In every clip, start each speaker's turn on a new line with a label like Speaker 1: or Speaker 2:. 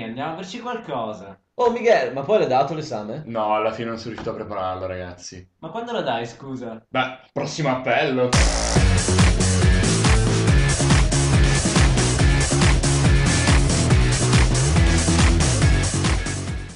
Speaker 1: Andiamo a berci qualcosa.
Speaker 2: Oh Miguel, ma poi l'hai dato l'esame?
Speaker 3: No, alla fine non sono riuscito a prepararlo, ragazzi.
Speaker 1: Ma quando la dai, scusa?
Speaker 3: Beh, prossimo appello.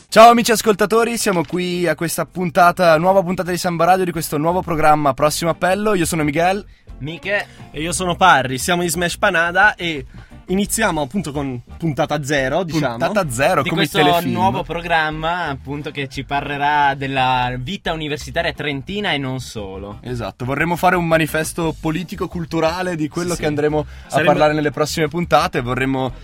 Speaker 4: Ciao amici ascoltatori, siamo qui a questa puntata, nuova puntata di Samba Radio di questo nuovo programma Prossimo Appello. Io sono Miguel.
Speaker 2: Miche,
Speaker 5: E io sono Parri, siamo in Smash Panada e iniziamo appunto con puntata zero, diciamo.
Speaker 4: Puntata zero
Speaker 6: di
Speaker 4: come il
Speaker 6: questo
Speaker 4: telefilm.
Speaker 6: nuovo programma appunto che ci parlerà della vita universitaria trentina e non solo.
Speaker 4: Esatto, vorremmo fare un manifesto politico-culturale di quello
Speaker 5: Sì,
Speaker 4: che
Speaker 5: sì.
Speaker 4: andremo a
Speaker 5: Sarebbe-
Speaker 4: parlare nelle prossime puntate. Vorremmo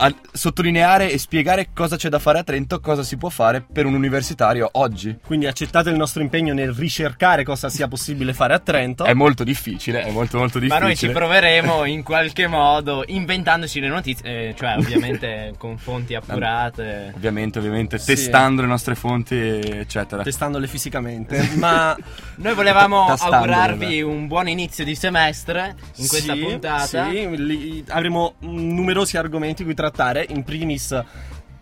Speaker 4: a- sottolineare e spiegare cosa c'è da fare a Trento, cosa si può fare per un universitario oggi.
Speaker 5: Quindi accettate il nostro impegno nel ricercare cosa sia possibile fare a Trento.
Speaker 4: È molto difficile, è molto molto difficile.
Speaker 6: Ma noi ci proveremo in qualche modo inventandoci le notizie, eh, cioè ovviamente con fonti appurate.
Speaker 4: Ovviamente, ovviamente,
Speaker 5: Sì.
Speaker 4: testando le nostre fonti, eccetera.
Speaker 5: Testandole fisicamente, ma
Speaker 6: Noi volevamo
Speaker 4: Tastandole,
Speaker 6: augurarvi un buon inizio di semestre in questa
Speaker 5: Sì,
Speaker 6: puntata.
Speaker 5: sì, li- avremo mm, numerosi argomenti cui trattare, in primis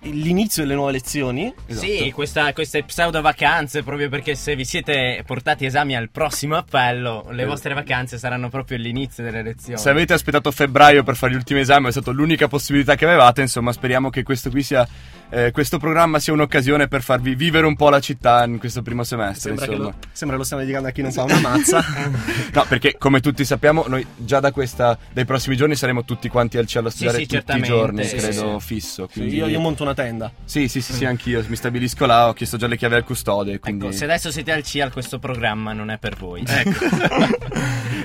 Speaker 5: l'inizio delle nuove lezioni.
Speaker 4: Esatto.
Speaker 6: Sì, questa- queste pseudo vacanze, proprio perché se vi siete portati esami al prossimo appello, le
Speaker 4: Eh.
Speaker 6: vostre vacanze saranno proprio l'inizio delle lezioni.
Speaker 4: Se avete aspettato febbraio per fare gli ultimi esami, è stata l'unica possibilità che avevate. Insomma, speriamo che questo qui sia. eh, questo programma sia un'occasione per farvi vivere un po' la città in questo primo semestre.
Speaker 5: Sembra che,
Speaker 4: insomma.
Speaker 5: lo, sembra lo stiamo dedicando a chi non fa una mazza.
Speaker 4: No, perché come tutti sappiamo, noi già da questa, dai prossimi giorni saremo tutti quanti al cielo a studiare
Speaker 6: sì,
Speaker 4: tutti i
Speaker 6: certamente,
Speaker 4: giorni,
Speaker 6: sì,
Speaker 4: credo,
Speaker 6: sì.
Speaker 4: fisso.
Speaker 5: Sì,
Speaker 4: Quindi...
Speaker 5: io, io monto una tenda.
Speaker 4: sì, sì, sì, sì, anch'io. Mi stabilisco là, ho chiesto già le chiavi al custode. Quindi...
Speaker 6: Ecco, se adesso siete al CIAL, questo programma non è per voi.
Speaker 5: Ecco,
Speaker 6: Ecco.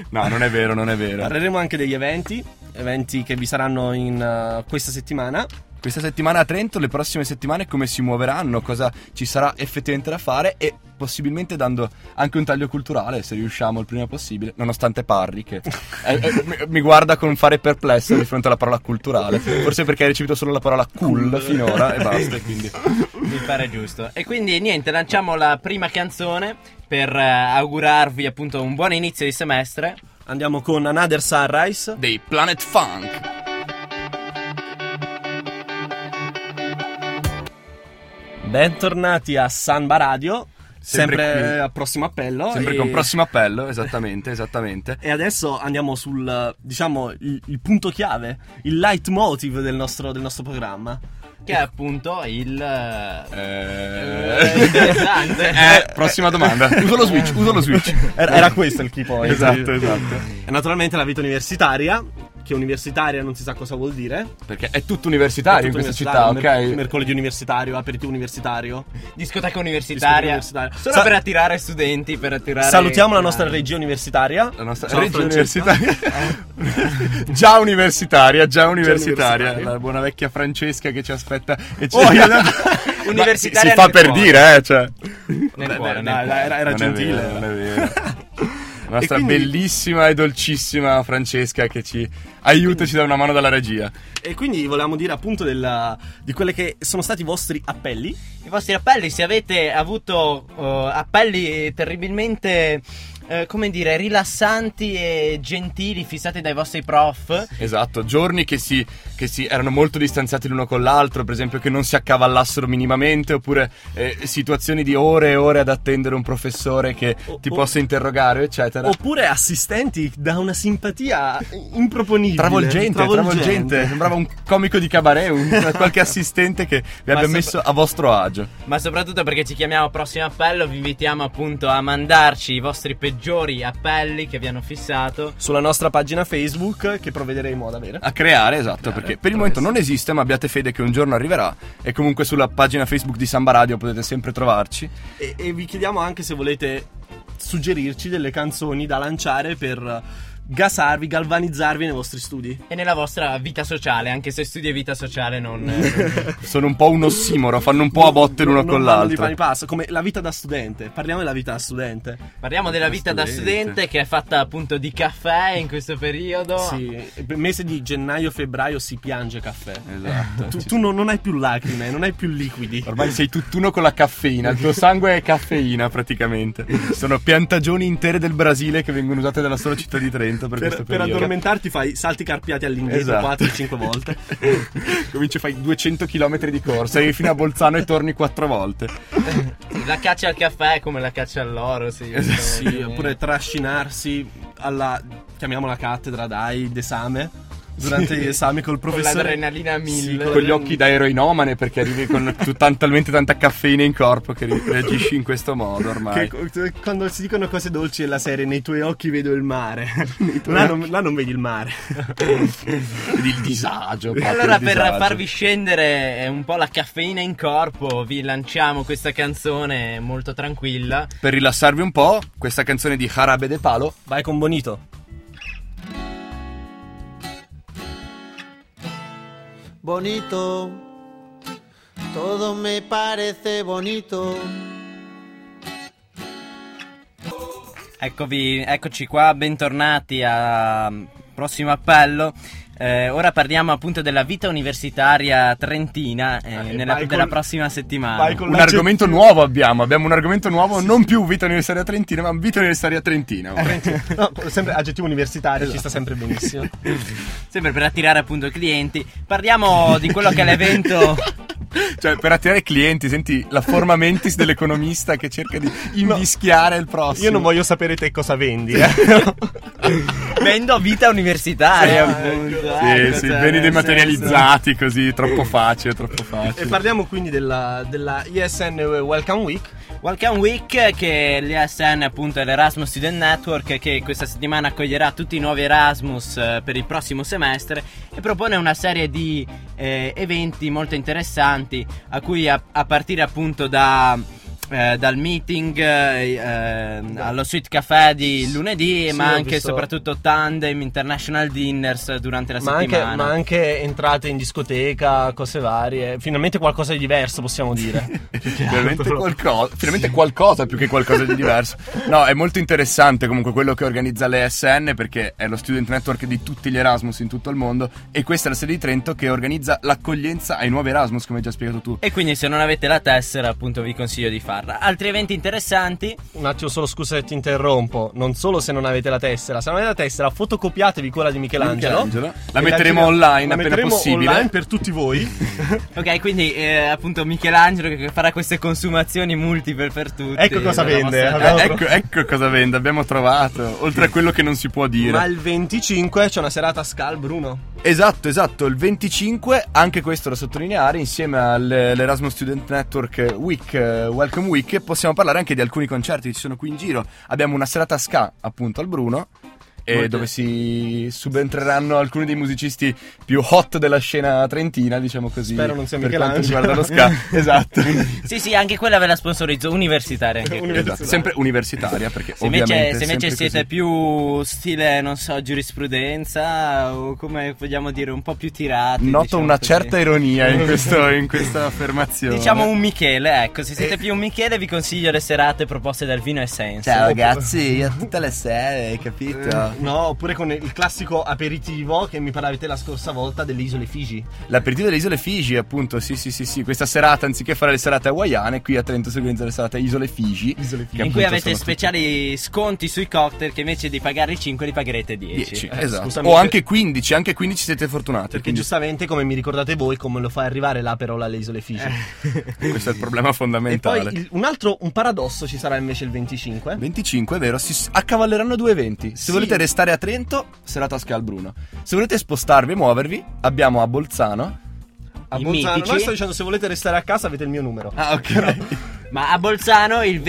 Speaker 4: no, non è vero, non è vero.
Speaker 5: Parleremo anche degli eventi, eventi che vi saranno in eh, questa settimana.
Speaker 4: Questa settimana a Trento, le prossime settimane come si muoveranno, cosa ci sarà effettivamente da fare e possibilmente dando anche un taglio culturale se riusciamo il prima possibile, nonostante Parri che eh, eh, mi- mi guarda con fare perplesso di fronte alla parola culturale, forse perché hai ricevuto solo la parola cool finora e basta, e quindi
Speaker 6: Mi pare giusto. E quindi niente, lanciamo la prima canzone per eh, augurarvi appunto un buon inizio di semestre.
Speaker 5: Andiamo con Another Sunrise.
Speaker 4: dei Planet Funk.
Speaker 5: Bentornati a Sanba Radio,
Speaker 4: Sempre
Speaker 5: sempre,
Speaker 4: qui.
Speaker 5: a prossimo appello.
Speaker 4: Sempre
Speaker 5: e-
Speaker 4: con prossimo appello, esattamente, esattamente.
Speaker 5: E adesso andiamo sul, diciamo, il, il punto chiave, il leitmotiv del nostro, del nostro programma.
Speaker 6: Che è appunto il. eh,
Speaker 4: Eh,
Speaker 6: Interessante.
Speaker 4: Eh, prossima domanda. Uso lo switch, uso lo switch.
Speaker 5: Era, era questo il key point.
Speaker 4: Esatto, esatto.
Speaker 5: E naturalmente la vita universitaria, che universitaria non si sa cosa vuol dire.
Speaker 4: Perché è tutto universitario in
Speaker 5: Tutto
Speaker 4: questa città,
Speaker 5: universitario, mer-
Speaker 4: ok?
Speaker 5: mercoledì universitario, aperitivo universitario.
Speaker 6: discoteca
Speaker 5: discoteca
Speaker 6: universitaria.
Speaker 5: universitaria.
Speaker 6: Solo
Speaker 5: Sa-
Speaker 6: per attirare studenti, per attirare.
Speaker 5: Salutiamo la nostra regia universitaria.
Speaker 4: La nostra
Speaker 5: Ciao,
Speaker 4: regia
Speaker 5: Francesca.
Speaker 4: universitaria. già universitaria, già universitaria.
Speaker 5: universitaria.
Speaker 4: La buona vecchia Francesca che ci aspetta. E ci...
Speaker 5: Oh, io-
Speaker 6: Universitaria
Speaker 4: Ma si- si fa
Speaker 6: nel
Speaker 4: per
Speaker 6: cuore.
Speaker 4: dire, eh. Cioè.
Speaker 6: Nel
Speaker 5: Beh,
Speaker 6: cuore,
Speaker 5: beh,
Speaker 6: nel
Speaker 5: dai,
Speaker 6: cuore.
Speaker 5: dai, era,
Speaker 4: Non
Speaker 5: era
Speaker 4: è
Speaker 5: gentile.
Speaker 4: vero, non è vero. La nostra
Speaker 5: E quindi-
Speaker 4: bellissima e dolcissima Francesca che ci aiuta e ci dà una mano dalla regia.
Speaker 5: E quindi volevamo dire appunto della- di quelli che sono stati i vostri appelli.
Speaker 6: I vostri appelli, se avete avuto eh, appelli terribilmente. eh, come dire, rilassanti e gentili, fissati dai vostri prof.
Speaker 4: Esatto, giorni che si, che si erano molto distanziati l'uno con l'altro, per esempio che non si accavallassero minimamente, oppure eh, situazioni di ore e ore ad attendere un professore che
Speaker 5: O-
Speaker 4: ti
Speaker 5: o-
Speaker 4: possa interrogare, eccetera.
Speaker 5: Oppure assistenti da una simpatia improponibile.
Speaker 4: Travolgente, travolgente, sembrava un comico di cabaret, un- qualche assistente che
Speaker 6: Ma
Speaker 4: vi abbia
Speaker 6: sopra-
Speaker 4: messo a vostro agio.
Speaker 6: Ma soprattutto perché ci chiamiamo prossimo appello, vi invitiamo appunto a mandarci i vostri peggiori appelli che vi hanno fissato.
Speaker 5: Sulla nostra pagina Facebook che provvederemo ad avere.
Speaker 4: A creare, esatto, perché per il momento non esiste, ma abbiate fede che un giorno arriverà e comunque sulla pagina Facebook di Samba Radio potete sempre trovarci.
Speaker 5: E, e vi chiediamo anche se volete suggerirci delle canzoni da lanciare per gasarvi, galvanizzarvi nei vostri studi.
Speaker 6: E nella vostra vita sociale, anche se studi e vita sociale non. non-
Speaker 4: Sono un po' un ossimoro, fanno un po' a botte l'uno
Speaker 5: Non
Speaker 4: con
Speaker 5: vanno Di
Speaker 4: l'altro.
Speaker 5: pari passo, come la vita da studente. Parliamo della vita da studente.
Speaker 6: Parliamo della vita da studente che è fatta appunto di caffè in questo periodo.
Speaker 5: Sì, il mese di gennaio-febbraio si piange caffè.
Speaker 4: Esatto.
Speaker 5: Tu, tu non, non hai più lacrime, non hai più liquidi.
Speaker 4: Ormai sei tutt'uno con la caffeina, il tuo sangue è caffeina praticamente. Sono piantagioni intere del Brasile che vengono usate dalla sola città di tanto per, questo
Speaker 5: per
Speaker 4: periodo.
Speaker 5: addormentarti fai salti carpiati all'indietro
Speaker 4: Esatto.
Speaker 5: 4-5 volte.
Speaker 4: Cominci fai 200 km di corsa, arrivi fino a Bolzano e torni quattro volte.
Speaker 6: La caccia al caffè è come la caccia all'oro, sì.
Speaker 4: Esatto,
Speaker 5: sì, oppure trascinarsi alla chiamiamola cattedra dai d'esame durante gli esami col
Speaker 6: Con
Speaker 5: professore
Speaker 6: l'adrenalina a mille.
Speaker 5: Sì, con-
Speaker 4: Con gli occhi da eroinomane perché arrivi con tu- tan- talmente tanta caffeina in corpo che ri- reagisci in questo modo ormai.
Speaker 5: Che- cioè, quando si dicono cose dolci della serie nei tuoi occhi vedo il mare là, non, là non vedi il mare
Speaker 4: Vedi il disagio. proprio,
Speaker 6: Allora,
Speaker 4: il
Speaker 6: per
Speaker 4: disagio.
Speaker 6: farvi scendere eh, un po' la caffeina in corpo, vi lanciamo questa canzone molto tranquilla.
Speaker 4: Per rilassarvi un po', questa canzone di Jarabe de Palo.
Speaker 5: vai con Bonito
Speaker 7: bonito, todo me parece bonito.
Speaker 6: Eccovi, eccoci qua, bentornati a prossimo appello. Eh, ora parliamo appunto della vita universitaria trentina eh,
Speaker 5: Eh,
Speaker 6: nella,
Speaker 5: vai
Speaker 6: della
Speaker 5: con-
Speaker 6: prossima settimana.
Speaker 5: vai con
Speaker 4: Un
Speaker 5: la-
Speaker 4: argomento nuovo abbiamo. Abbiamo un argomento nuovo, non più vita universitaria trentina, ma vita universitaria trentina.
Speaker 5: no, sempre aggettivo universitario ci sta sempre benissimo
Speaker 6: Sempre per attirare appunto clienti. Parliamo di quello che è l'evento.
Speaker 4: cioè, per attirare clienti, senti la forma mentis dell'economista che cerca di invischiare il prossimo.
Speaker 5: io non voglio sapere te cosa vendi eh.
Speaker 6: Vendo vita universitaria, appunto.
Speaker 4: Sì,
Speaker 6: Ecco,
Speaker 4: sì,
Speaker 6: cioè,
Speaker 4: beni
Speaker 6: nel
Speaker 4: dematerializzati così, troppo facile, troppo
Speaker 5: e
Speaker 4: facile.
Speaker 5: parliamo quindi della, della ISN Welcome Week
Speaker 6: Welcome Week che è l'ESN appunto è l'Erasmus Student Network che questa settimana accoglierà tutti i nuovi Erasmus eh, per il prossimo semestre e propone una serie di eh, eventi molto interessanti a cui a, a partire appunto da, eh, dal meeting eh, eh, allo Sweet Café di lunedì
Speaker 5: Sì,
Speaker 6: ma
Speaker 5: ho
Speaker 6: anche e
Speaker 5: visto.
Speaker 6: soprattutto tandem, international dinners eh, durante la
Speaker 5: ma anche,
Speaker 6: settimana.
Speaker 5: ma anche entrate in discoteca cose varie finalmente qualcosa di diverso possiamo dire
Speaker 4: Finalmente, qualcosa, finalmente qualcosa più che qualcosa di diverso. No, è molto interessante comunque quello che organizza l'ESN perché è lo student network di tutti gli Erasmus in tutto il mondo e questa è la sede di Trento che organizza l'accoglienza ai nuovi Erasmus, come hai già spiegato tu.
Speaker 6: E quindi se non avete la tessera appunto vi consiglio di farla. Altri eventi interessanti
Speaker 5: Un attimo, solo scusa se ti interrompo. Non solo se non avete la tessera, se non avete la tessera, fotocopiatevi quella di Michelangelo.
Speaker 4: Michelangelo. La
Speaker 5: E
Speaker 4: metteremo
Speaker 5: giriamo-
Speaker 4: online
Speaker 5: la
Speaker 4: appena
Speaker 5: metteremo
Speaker 4: possibile.
Speaker 5: online per tutti voi.
Speaker 6: Ok, quindi eh, appunto Michelangelo che farà queste consumazioni multiple per tutti.
Speaker 5: Ecco cosa
Speaker 6: della
Speaker 5: vende,
Speaker 6: vostra-
Speaker 5: vabbè.
Speaker 4: Eh, ecco, ecco cosa vende, abbiamo trovato, oltre a quello che non si può dire.
Speaker 5: Ma il 25 c'è una serata a Scal, Bruno.
Speaker 4: Esatto, esatto, il 25, anche questo da sottolineare, insieme all'Erasmus Student Network Week, eh, Welcome Week, possiamo parlare anche di alcuni concerti che ci sono qui in giro. Abbiamo una serata ska, appunto, al Bruno, e
Speaker 5: Molte-
Speaker 4: dove si subentreranno alcuni dei musicisti più hot della scena trentina, diciamo così.
Speaker 5: Spero non sia
Speaker 4: per quanto
Speaker 5: Michelangelo.
Speaker 4: riguarda lo ska, esatto.
Speaker 6: Eh, Sì, sì, anche quella ve la sponsorizzo, universitaria. anche.
Speaker 4: Esatto, sempre universitaria, perché
Speaker 6: Se invece,
Speaker 4: ovviamente
Speaker 6: se invece
Speaker 4: sempre
Speaker 6: siete
Speaker 4: così.
Speaker 6: più stile, non so, giurisprudenza o come vogliamo dire, un po' più tirati.
Speaker 4: Noto
Speaker 6: diciamo
Speaker 4: una
Speaker 6: così.
Speaker 4: certa ironia in, questo- in questa affermazione.
Speaker 6: Diciamo un Michele, ecco, se
Speaker 4: Eh.
Speaker 6: siete più un Michele vi consiglio le serate proposte dal Vino e Senso.
Speaker 4: ragazzi, io tutte le sere, hai capito?
Speaker 5: Eh, No, oppure con il classico aperitivo che mi parlavi te la scorsa volta delle isole Figi.
Speaker 4: L'aperitivo delle isole Figi, appunto, sì, sì, sì, sì. Questa serata, anziché fare le serate hawaiane, qui a Trento si organizza le serate isole Figi. Isole Figi.
Speaker 6: In cui avete speciali sconti sui cocktail che invece di pagare 5 li pagherete
Speaker 4: 10,
Speaker 5: Eh,
Speaker 4: esatto.
Speaker 5: scusami,
Speaker 4: o
Speaker 5: se-
Speaker 4: anche 15, anche 15 siete fortunati.
Speaker 5: Perché
Speaker 4: quindi
Speaker 5: giustamente, come mi ricordate voi, come lo fa arrivare la parola alle isole Figi.
Speaker 4: Eh. questo è il problema
Speaker 5: e poi
Speaker 4: fondamentale.
Speaker 5: il- un altro, un paradosso ci sarà invece il 25.
Speaker 4: 25, è vero, si s- accavalleranno due eventi. Se
Speaker 5: Sì.
Speaker 4: volete restare a Trento, serata a Scalbruno. Se volete spostarvi e muovervi, abbiamo a Bolzano.
Speaker 5: A
Speaker 6: I
Speaker 5: Bolzano.
Speaker 6: mitici.
Speaker 5: No, io sto dicendo se volete restare a casa avete il mio numero.
Speaker 4: Ah, ok.
Speaker 6: Ma a Bolzano il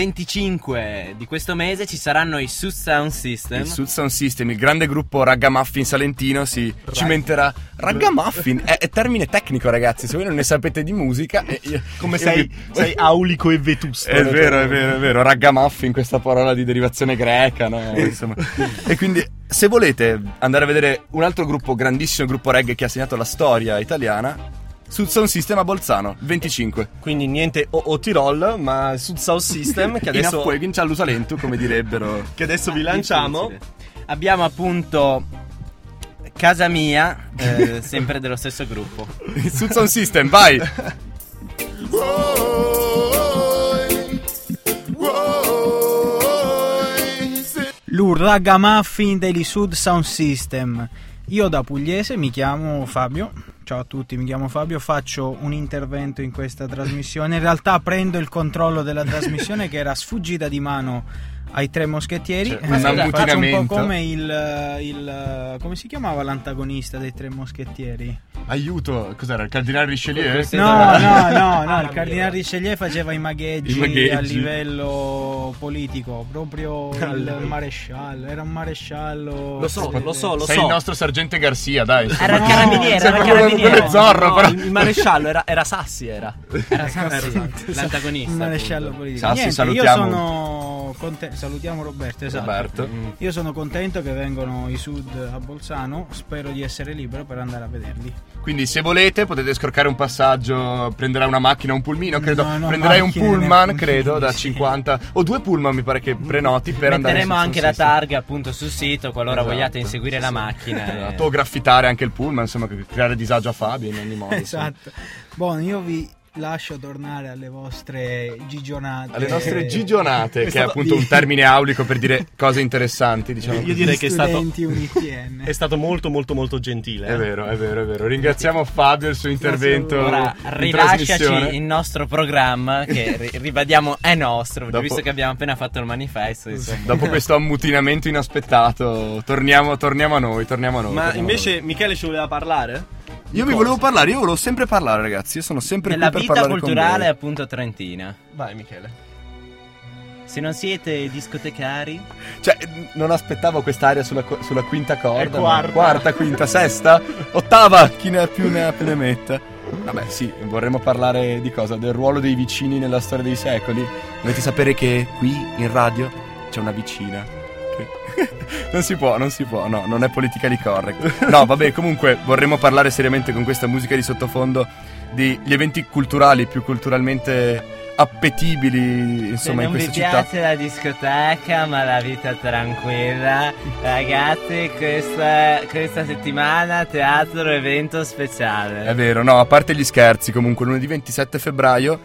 Speaker 6: 25 di questo mese ci saranno i Sud Sound System.
Speaker 4: Il Sud Sound System, il grande gruppo Ragamuffin salentino, si cimenterà. Ragamuffin è, è termine tecnico, ragazzi. Se voi non ne sapete di musica, eh, io-
Speaker 5: Come
Speaker 4: io
Speaker 5: sei,
Speaker 4: vi-
Speaker 5: sei cioè. aulico e vetusto.
Speaker 4: È vero, è vero, è vero. Ragamuffin, questa parola di derivazione greca, no? Insomma. e quindi, se volete andare a vedere un altro gruppo, grandissimo gruppo reggae che ha segnato la storia italiana, Sud Sound System a Bolzano, 25.
Speaker 5: Quindi niente o, o Tirol, ma Sud South System che
Speaker 4: In Ah,
Speaker 5: adesso,
Speaker 4: Affuegin, Ciallusalentu, come direbbero.
Speaker 5: che adesso vi lanciamo.
Speaker 6: Abbiamo appunto Casa Mia, eh, sempre dello stesso gruppo.
Speaker 4: Il Sud Sound System, vai!
Speaker 8: l'Urragamuffin degli Sud Sound System. Io da pugliese mi chiamo Fabio. Ciao a tutti, mi chiamo Fabio, faccio un intervento in questa trasmissione. In realtà prendo il controllo della trasmissione che era sfuggita di mano ai tre moschettieri.
Speaker 3: Cioè,
Speaker 8: Eh,
Speaker 3: un
Speaker 8: faccio un
Speaker 3: ammutinamento.
Speaker 8: po' come il, il- come si chiamava l'antagonista dei tre moschettieri?
Speaker 4: Aiuto, cos'era? Il cardinale Richelieu?
Speaker 6: Questo è
Speaker 8: No, no, no, no,
Speaker 6: Ah, mira.
Speaker 8: il cardinale Richelieu faceva i magheggi,
Speaker 4: I magheggi.
Speaker 8: a livello politico, proprio il maresciallo, era un maresciallo.
Speaker 5: Lo so, lo so, lo
Speaker 4: Sei
Speaker 5: so.
Speaker 4: il nostro sergente Garcia, dai. insomma.
Speaker 6: Era il
Speaker 8: No,
Speaker 6: carabiniere, era il
Speaker 4: sembra quello-
Speaker 6: carabiniere.
Speaker 4: quello Zorro, però.
Speaker 5: Il maresciallo era, era Sassi, era.
Speaker 6: Era Sassi, Ecco, l'antagonista.
Speaker 8: Un maresciallo
Speaker 6: appunto.
Speaker 8: politico.
Speaker 4: Sassi,
Speaker 8: Niente,
Speaker 4: salutiamo.
Speaker 8: Io sono conte- salutiamo Roberto, esatto.
Speaker 4: Roberto.
Speaker 8: Io sono contento che vengano i sud a Bolzano, spero di essere libero per andare a vederli.
Speaker 4: Quindi se volete potete scroccare un passaggio, prenderai una macchina, un pulmino, credo.
Speaker 8: No, no,
Speaker 4: Prenderai un
Speaker 8: macchine,
Speaker 4: pullman,
Speaker 8: ne-
Speaker 4: credo, da
Speaker 8: sì.
Speaker 4: 50 o due pullman mi pare che prenoti per andare
Speaker 6: Metteremo
Speaker 4: su-
Speaker 6: anche
Speaker 4: su-
Speaker 6: la
Speaker 4: su-
Speaker 6: targa appunto sul sito, qualora
Speaker 4: Esatto.
Speaker 6: vogliate inseguire la macchina. eh.
Speaker 4: Esatto, o graffittare anche il pullman, insomma, che- creare disagio a Fabio in ogni modo. insomma.
Speaker 8: Esatto. Buono, io vi lascio tornare alle vostre gigionate.
Speaker 4: Alle nostre gigionate, che è
Speaker 5: stato-
Speaker 4: appunto un termine aulico per dire cose interessanti, diciamo.
Speaker 5: Io
Speaker 4: così.
Speaker 5: direi che è stato,
Speaker 8: Studenti UNITN.
Speaker 5: è stato molto, molto, molto gentile. eh.
Speaker 4: È vero, è vero, è vero. Ringraziamo Fabio e il suo intervento.
Speaker 6: Ora
Speaker 4: in
Speaker 6: rilasciaci
Speaker 4: trasmissione.
Speaker 6: il nostro programma che ri- ribadiamo è nostro,
Speaker 4: Dopo-
Speaker 6: visto che abbiamo appena fatto il manifesto. insomma.
Speaker 4: Dopo questo ammutinamento inaspettato, torniamo, torniamo a noi, torniamo a noi.
Speaker 5: Ma
Speaker 4: torniamo a
Speaker 5: invece Michele ci voleva parlare?
Speaker 4: noi. io vi volevo parlare, io volevo sempre parlare, ragazzi. Io sono sempre
Speaker 6: Della
Speaker 4: qui per
Speaker 6: vita
Speaker 4: parlare con
Speaker 6: culturale
Speaker 4: voi.
Speaker 6: appunto trentina.
Speaker 5: Vai Michele.
Speaker 6: Se non siete discotecari,
Speaker 4: Cioè, non aspettavo quest'area sulla, qu- sulla quinta corda. ma-
Speaker 5: È quarta.
Speaker 4: quarta, quinta, sesta, ottava. Chi ne ha più ne ha più ne metta. Vabbè, sì, vorremmo parlare di cosa? Del ruolo dei vicini nella storia dei secoli. Dovete sapere che qui in radio c'è una vicina. che- non si può, non si può, no, non è politically correct. No, vabbè, comunque vorremmo parlare seriamente con questa musica di sottofondo degli eventi culturali più culturalmente appetibili,
Speaker 6: se
Speaker 4: insomma, in
Speaker 6: non vi
Speaker 4: questa città.
Speaker 6: piace la discoteca ma la vita tranquilla, ragazzi questa, questa settimana teatro evento speciale.
Speaker 4: È vero, no, a parte gli scherzi, comunque lunedì 27 febbraio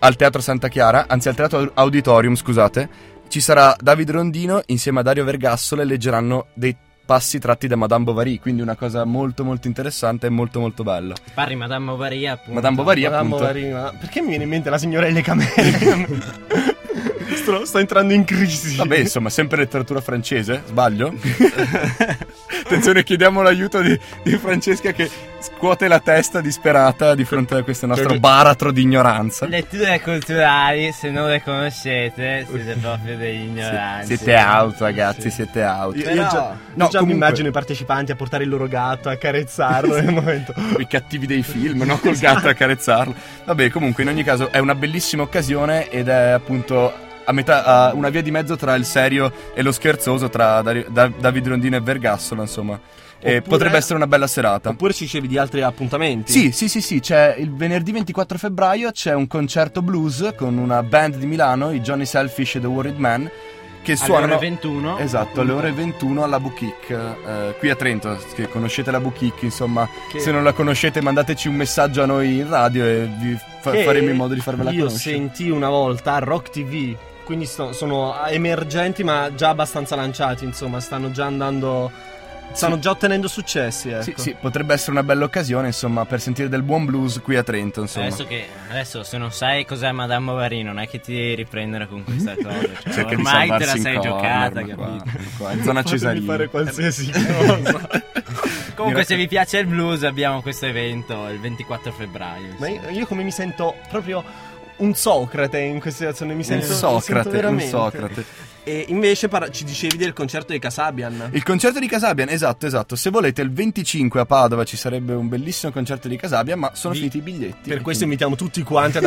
Speaker 4: al Teatro Santa Chiara, anzi al Teatro Auditorium, scusate, ci sarà Davide Rondino insieme a Dario Vergassola e leggeranno dei passi tratti da Madame Bovary, quindi una cosa molto molto interessante e molto molto bella.
Speaker 6: Parli Madame Bovary appunto.
Speaker 4: Madame Bovary appunto.
Speaker 5: perché mi viene in mente la signorella Cameri? sto, sto entrando in crisi.
Speaker 4: Vabbè, insomma, sempre letteratura francese, sbaglio? Attenzione, chiediamo l'aiuto di, di Francesca che scuote la testa disperata di fronte a questo nostro
Speaker 3: Perché-
Speaker 4: baratro di ignoranza.
Speaker 6: Letture culturali, se non le conoscete, siete proprio degli ignoranti.
Speaker 4: Siete out, ragazzi, siete out.
Speaker 5: Io, io già,
Speaker 4: No,
Speaker 5: io già mi
Speaker 4: comunque-
Speaker 5: immagino i partecipanti a portare il loro gatto, a carezzarlo nel momento.
Speaker 4: i cattivi dei film, no? Col gatto a carezzarlo. Vabbè, comunque, in ogni caso, è una bellissima occasione ed è appunto a metà, a una via di mezzo tra il serio e lo scherzoso, tra Dari- Da- Davide Rondino e Vergassola, insomma. E
Speaker 5: Oppure-
Speaker 4: potrebbe essere una bella serata.
Speaker 5: Oppure ci dicevi di altri appuntamenti?
Speaker 4: Sì, sì, sì, sì, c'è il venerdì 24 febbraio c'è un concerto blues con una band di Milano, i Johnny Selfish e The Worried Man, che
Speaker 6: Alle
Speaker 4: suonano...
Speaker 6: ore 21.
Speaker 4: Esatto, alle ore 21 alla Bukic, eh, qui a Trento, che conoscete la Bukic, insomma,
Speaker 5: Che-
Speaker 4: se non la conoscete mandateci un messaggio a noi in radio e vi fa-
Speaker 5: che
Speaker 4: faremo in modo di farvela
Speaker 5: Io
Speaker 4: conoscere.
Speaker 5: sentii una volta a Rock TV, quindi sto- sono emergenti ma già abbastanza lanciati, insomma, stanno già andando... Stanno già ottenendo successi, ecco.
Speaker 4: Sì, sì, potrebbe essere una bella occasione, insomma, per sentire del buon blues qui a Trento, insomma.
Speaker 6: Adesso, che, adesso se non sai cos'è Madame Bovary non è che ti devi riprendere con questa cosa. Cioè,
Speaker 4: Cerca di
Speaker 6: ormai te la
Speaker 4: salvarsi in
Speaker 6: sei
Speaker 4: corner,
Speaker 6: giocata,
Speaker 4: ma
Speaker 6: capito?
Speaker 4: qua- qua, in zona
Speaker 5: Fatemi
Speaker 4: Cesarini.
Speaker 5: fare qualsiasi cosa.
Speaker 6: Comunque se vi piace il blues abbiamo questo evento il 24 febbraio.
Speaker 5: Ma
Speaker 6: insomma.
Speaker 4: eh,
Speaker 5: io, io come mi sento proprio un Socrate in questa situazione, mi sento,
Speaker 4: un
Speaker 5: mi sento
Speaker 4: Socrate, un
Speaker 5: veramente.
Speaker 4: Socrate.
Speaker 5: E invece parla- ci dicevi del concerto di Casabian.
Speaker 4: Il concerto di Casabian, esatto, esatto. Se volete, il 25 a Padova ci sarebbe un bellissimo concerto di Casabian, ma sono
Speaker 5: Vi-
Speaker 4: finiti i biglietti.
Speaker 5: Per
Speaker 4: e
Speaker 5: questo
Speaker 4: quindi-
Speaker 5: invitiamo tutti quanti ad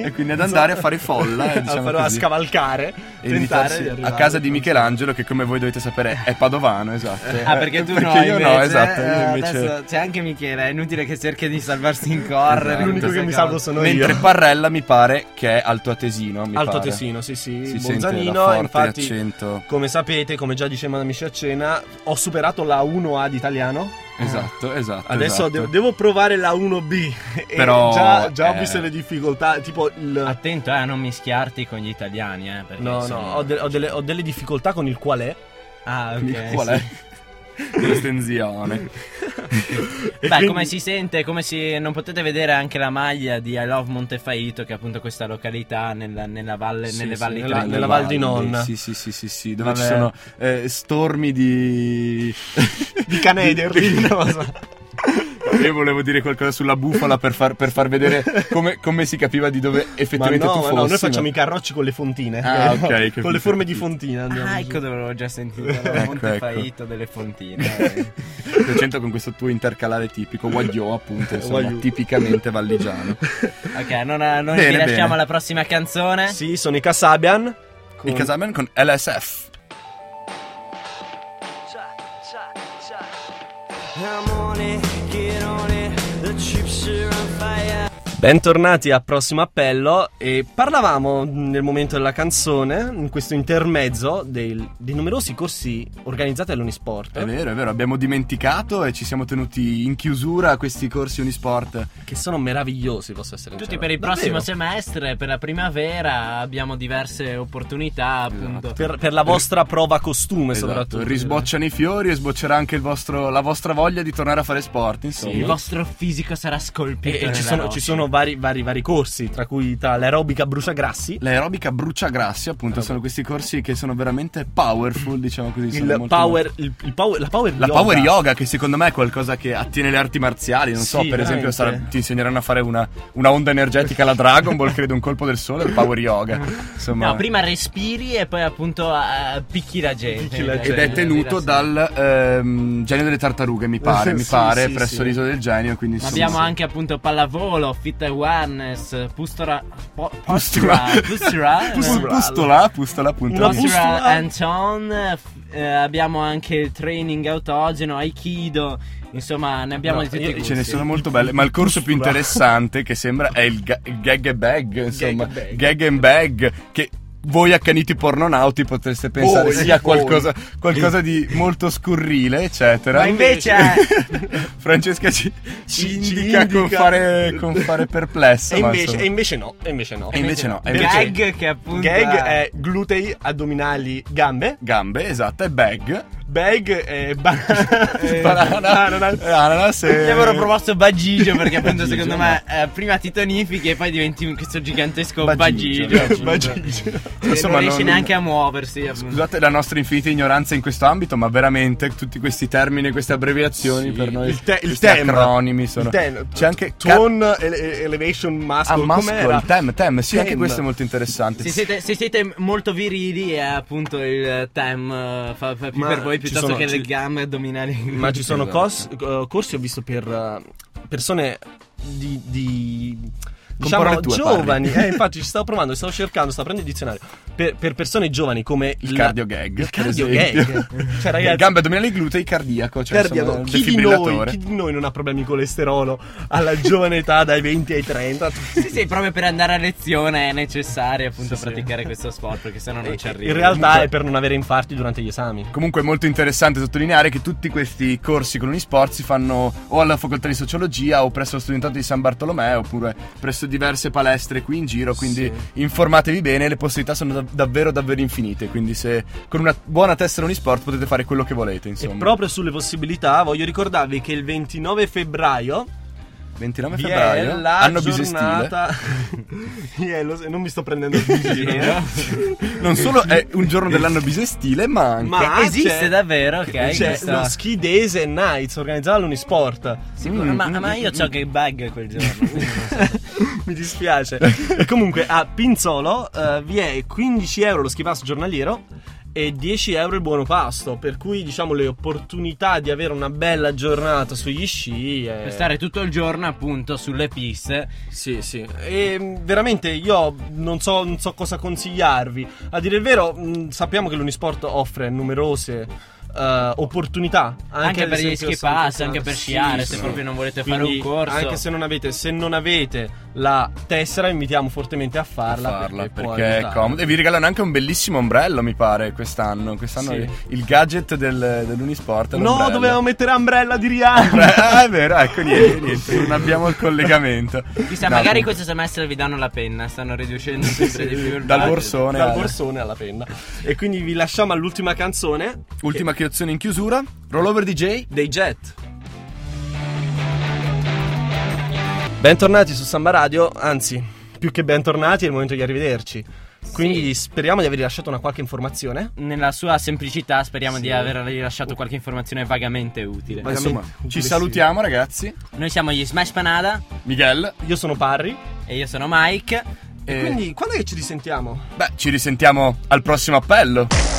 Speaker 4: E quindi ad andare a fare folla, eh, diciamo
Speaker 5: a, fare- a
Speaker 4: così.
Speaker 5: scavalcare.
Speaker 4: e
Speaker 5: tentare
Speaker 4: invitarsi
Speaker 5: di
Speaker 4: a
Speaker 5: arrivare.
Speaker 4: casa di Michelangelo, che come voi dovete sapere è padovano, esatto.
Speaker 6: Ah, perché tu no,
Speaker 4: Perché io no,
Speaker 6: invece,
Speaker 4: esatto.
Speaker 6: eh,
Speaker 4: io invece-
Speaker 6: Adesso c'è anche Michele, è inutile che cerchi di salvarsi in corner.
Speaker 4: Esatto.
Speaker 5: L'unico che mi salvo sono
Speaker 4: Mentre
Speaker 5: io.
Speaker 4: Parrella mi pare che è altoatesino. Mi
Speaker 5: Alto
Speaker 4: pare.
Speaker 5: Tesino, sì, sì.
Speaker 4: Si sente da
Speaker 5: Bolzanino,
Speaker 4: forte
Speaker 5: infatti.
Speaker 4: accento.
Speaker 5: Come sapete, come già diceva amici a cena, ho superato la 1A di italiano.
Speaker 4: Esatto, esatto.
Speaker 5: Adesso
Speaker 4: esatto.
Speaker 5: devo, devo provare la 1B. E
Speaker 4: Però,
Speaker 5: già, già ho
Speaker 4: eh,
Speaker 5: visto le difficoltà. Tipo il.
Speaker 6: Attento eh, a non mischiarti con gli italiani, eh. perché
Speaker 5: No, no,
Speaker 6: sono-
Speaker 5: ho, de- ho delle, ho delle difficoltà con il qual è.
Speaker 6: Ah, ok.
Speaker 4: Quindi qual è? l'estensione.
Speaker 6: Beh, come si sente, come si... non potete vedere anche la maglia di I Love Montefaito, che è appunto questa località nella, nella valle,
Speaker 4: Sì,
Speaker 6: nelle
Speaker 4: sì,
Speaker 6: valli
Speaker 5: nella-
Speaker 6: trenine.
Speaker 5: nella Val di Nonna.
Speaker 4: Sì, sì, sì, sì, sì, dove
Speaker 5: Vabbè.
Speaker 4: ci sono eh, stormi di...
Speaker 5: Di Canadian, non so.
Speaker 4: Io volevo dire qualcosa sulla bufala per far, per far vedere come, come si capiva di dove
Speaker 5: Ma
Speaker 4: effettivamente
Speaker 5: no,
Speaker 4: tu
Speaker 5: ma
Speaker 4: fossi.
Speaker 5: no, noi facciamo
Speaker 4: ma-
Speaker 5: i carrocci con le fontine.
Speaker 4: Ah, ok,
Speaker 5: Con
Speaker 4: capito.
Speaker 5: le forme di fontina. andiamo
Speaker 6: Ah,
Speaker 5: giù.
Speaker 6: ecco dove avevo già sentito
Speaker 4: ecco.
Speaker 6: Montefaito delle fontine.
Speaker 4: Lo accento con questo tuo intercalare tipico, guagliò appunto, insomma,
Speaker 5: Guagliù.
Speaker 4: tipicamente valligiano.
Speaker 6: ok, non, non
Speaker 4: Bene,
Speaker 6: ci lasciamo
Speaker 4: bene.
Speaker 6: alla prossima canzone.
Speaker 5: Sì, sono i Kasabian. con-
Speaker 4: I Casamen con LSF.
Speaker 5: Bentornati a Prossimo Appello e parlavamo mh, nel momento della canzone, in questo intermezzo, del- dei numerosi corsi organizzati
Speaker 4: È
Speaker 5: all'Unisport,
Speaker 4: vero, è vero, abbiamo dimenticato e ci siamo tenuti in chiusura a questi corsi Unisport.
Speaker 5: che sono meravigliosi, posso essere
Speaker 6: Tutti
Speaker 5: sincero.
Speaker 6: per il prossimo
Speaker 5: Davvero.
Speaker 6: semestre, per la primavera, abbiamo diverse opportunità, appunto.
Speaker 5: per, per la vostra prova costume
Speaker 4: Esatto,
Speaker 5: soprattutto.
Speaker 4: risbocciano i fiori e sboccerà anche il vostro- la vostra voglia di tornare a fare sport, insomma.
Speaker 6: Il vostro fisico sarà
Speaker 5: E,
Speaker 6: scolpito.
Speaker 5: e ci
Speaker 6: nella
Speaker 5: sono,
Speaker 6: roccia.
Speaker 5: ci sono vari, vari, vari corsi, tra cui tra l'aerobica bruciagrassi,
Speaker 4: L'aerobica brucia grassi,
Speaker 5: Ah,
Speaker 4: appunto, sono questi corsi che sono veramente powerful, diciamo così. sono
Speaker 5: il
Speaker 4: molto-
Speaker 5: power, il, il power, la power
Speaker 4: La
Speaker 5: yoga.
Speaker 4: power yoga, che secondo me è qualcosa che attiene le arti marziali. Non so,
Speaker 5: Sì,
Speaker 4: per esempio, sarà-
Speaker 5: veramente.
Speaker 4: ti insegneranno a fare una, una onda energetica alla Dragon Ball, credo, un colpo del sole, il power yoga. Insomma.
Speaker 6: No, prima respiri e poi appunto eh, picchi la gente.
Speaker 5: Picchi la
Speaker 6: Cioè,
Speaker 5: gente.
Speaker 4: Ed è tenuto
Speaker 6: rilassi.
Speaker 4: dal ehm, genio delle tartarughe, mi pare, mi
Speaker 5: Sì,
Speaker 4: pare,
Speaker 5: sì,
Speaker 4: presso
Speaker 5: sì.
Speaker 4: l'isola del genio. Quindi,
Speaker 6: Ma
Speaker 4: insomma,
Speaker 6: abbiamo
Speaker 4: sì.
Speaker 6: anche appunto pallavolo, fit and wellness, pustora, po-
Speaker 4: Pustura.
Speaker 6: postura, pustura,
Speaker 4: Pus-
Speaker 6: eh,
Speaker 4: Pustola, pustola, appunto.
Speaker 5: Una
Speaker 4: Sì.
Speaker 5: pus-
Speaker 6: postura
Speaker 5: Pustura.
Speaker 6: and tone, eh, eh, abbiamo anche il training autogeno, aikido, insomma ne abbiamo
Speaker 5: No,
Speaker 6: di tutti
Speaker 5: io-
Speaker 6: i gusti.
Speaker 4: eh, Ce ne sono molto belle, ma il corso più
Speaker 5: Pustura.
Speaker 4: interessante che sembra è il, ga- il gag and bag, insomma,
Speaker 5: and bag.
Speaker 4: gag and bag, che voi accaniti pornonauti potreste pensare
Speaker 5: Voi,
Speaker 4: sia
Speaker 5: voi.
Speaker 4: qualcosa, qualcosa di molto scurrile, eccetera.
Speaker 6: Ma invece è-
Speaker 4: Francesca ci, ci
Speaker 5: Ci- ci
Speaker 4: indica, Con,
Speaker 5: indica.
Speaker 4: fare, con fare perplessa.
Speaker 5: E
Speaker 4: ma
Speaker 5: invece,
Speaker 4: insomma.
Speaker 5: e invece no, e invece no.
Speaker 4: E invece no, e invece-
Speaker 6: Gag che appunto
Speaker 5: Gag è glutei, addominali, gambe.
Speaker 4: Gambe, esatto, e bag.
Speaker 5: Bag è banana. Eh,
Speaker 4: Banana,
Speaker 5: ananas.
Speaker 4: ananas e-
Speaker 6: Gli avevo proposto Bagigio perché appunto
Speaker 4: Bagigio,
Speaker 6: secondo me eh, prima ti tonifichi e poi diventi un- questo gigantesco
Speaker 4: Bagigio.
Speaker 6: Bagigio.
Speaker 4: Bagigio.
Speaker 6: Che non riesci neanche a muoversi. appunto.
Speaker 4: Scusate la nostra infinita ignoranza in questo ambito, ma veramente tutti questi termini, queste abbreviazioni per noi,
Speaker 5: il, te- il
Speaker 4: questi
Speaker 5: tema.
Speaker 4: acronimi sono.
Speaker 5: Il tema.
Speaker 4: C'è anche
Speaker 5: Tone ele- Elevation Mask.
Speaker 4: Ah, mascol, il tem, tem, sì, anche
Speaker 5: Tem.
Speaker 4: questo è molto interessante.
Speaker 6: Se siete, se siete molto virili, eh, appunto il eh, tem eh, fa, fa più
Speaker 5: Ma
Speaker 6: per voi
Speaker 5: ci
Speaker 6: piuttosto
Speaker 5: sono-
Speaker 6: che
Speaker 5: ci-
Speaker 6: le gambe addominali.
Speaker 5: Ma ci sono
Speaker 4: Esatto.
Speaker 5: cos- eh, corsi, ho visto, per eh, persone di. di diciamo
Speaker 4: parole tue,
Speaker 5: giovani.
Speaker 4: parli.
Speaker 5: Eh, infatti, ci stavo provando, stavo cercando, stavo prendendo il dizionario. Per, per persone giovani come
Speaker 4: Il
Speaker 5: la-
Speaker 4: cardio gag.
Speaker 5: Il
Speaker 4: per
Speaker 5: cardio
Speaker 4: esempio.
Speaker 5: gag. Cioè, ragazzi.
Speaker 4: Gambe addominali glutei cardiaco, cioè
Speaker 5: Cardio-
Speaker 4: insomma,
Speaker 5: chi, di noi,
Speaker 4: defibrillatore.
Speaker 5: chi di noi non ha problemi di colesterolo alla giovane età dai 20 ai 30?
Speaker 6: Sì, sì, proprio per andare a lezione è necessario appunto praticare questo sport perché sennò non ci arrivi.
Speaker 5: In realtà è per non avere infarti durante gli esami.
Speaker 4: Comunque è molto interessante sottolineare che tutti questi corsi con Unisport si fanno o alla facoltà di sociologia o presso lo studentato di San Bartolomeo oppure presso diverse palestre qui in giro, quindi informatevi bene, le possibilità sono dav- davvero davvero infinite, quindi se con una buona tessera Unisport potete fare quello che volete, insomma.
Speaker 5: E proprio sulle possibilità voglio ricordarvi che il 29 febbraio
Speaker 4: 29
Speaker 5: vi
Speaker 4: febbraio,
Speaker 5: è la
Speaker 4: anno bisestile.
Speaker 5: giornata... Vi è, lo so- non mi sto prendendo in giro.
Speaker 4: Non solo è un giorno dell'anno bisestile, ma anche
Speaker 5: Ma
Speaker 6: Che esiste
Speaker 5: c'è-
Speaker 6: davvero, ok?
Speaker 5: C'è
Speaker 6: questa-
Speaker 5: Cioè, lo Ski Days and Nights organizzato all'Unisport.
Speaker 6: Sicuro,
Speaker 4: Mm,
Speaker 6: ma,
Speaker 4: mm,
Speaker 6: ma io ho che bag quel giorno. quindi non so.
Speaker 5: mi dispiace. E comunque a Pinzolo eh, vi è 15 euro lo schivasso giornaliero e 10 euro il buono pasto. Per cui diciamo le opportunità di avere una bella giornata sugli sci. eh,
Speaker 6: Per stare tutto il giorno appunto sulle piste.
Speaker 5: Sì, sì. E mh, Ehm, veramente io non so, non so cosa consigliarvi. A dire il vero, mh, sappiamo che l'Unisport offre numerose. eh, opportunità
Speaker 6: Anche,
Speaker 5: ad
Speaker 6: per gli
Speaker 5: esempio,
Speaker 6: ski pass,
Speaker 5: salto-
Speaker 6: anche per
Speaker 5: Sì,
Speaker 6: sciare,
Speaker 5: sì.
Speaker 6: se proprio non volete fare
Speaker 5: Quindi,
Speaker 6: un corso.
Speaker 5: Anche se non avete, se non avete la tessera, invitiamo fortemente a farla.
Speaker 4: farla
Speaker 5: perché, eh. può
Speaker 4: perché è
Speaker 5: aiutarvi.
Speaker 4: comodo. E vi regalano anche un bellissimo ombrello, mi pare, quest'anno. Quest'anno
Speaker 5: Sì.
Speaker 4: il- il gadget del- dell'Unisport. è
Speaker 5: No,
Speaker 4: l'ombrello.
Speaker 5: dovevamo mettere Umbrella di Rihanna.
Speaker 4: Beh, ah, è vero, ecco, niente, niente, non abbiamo il collegamento.
Speaker 6: Chissà,
Speaker 4: No,
Speaker 6: magari
Speaker 4: comunque,
Speaker 6: questo semestre vi danno la penna, stanno riducendo sempre di più il
Speaker 4: dal
Speaker 6: budget.
Speaker 4: borsone eh.
Speaker 5: Dal
Speaker 4: alla-
Speaker 5: borsone alla penna. E quindi vi lasciamo all'ultima canzone
Speaker 4: Ultima creazione in chiusura, rollover DJ.
Speaker 5: dei Jet. Bentornati su Samba Radio, anzi, più che bentornati è il momento di arrivederci. Quindi speriamo di avervi lasciato una qualche informazione.
Speaker 6: Nella sua semplicità speriamo
Speaker 5: Sì.
Speaker 6: di avervi lasciato qualche informazione vagamente utile.
Speaker 5: Ma-
Speaker 4: Insomma,
Speaker 5: Veramente.
Speaker 4: ci salutiamo ragazzi.
Speaker 6: Noi siamo gli Smash Panada
Speaker 4: Miguel,
Speaker 5: Io sono Parri.
Speaker 6: e io sono Mike.
Speaker 5: E
Speaker 4: eh,
Speaker 5: quindi quando è che ci risentiamo?
Speaker 4: beh, ci risentiamo al prossimo appello.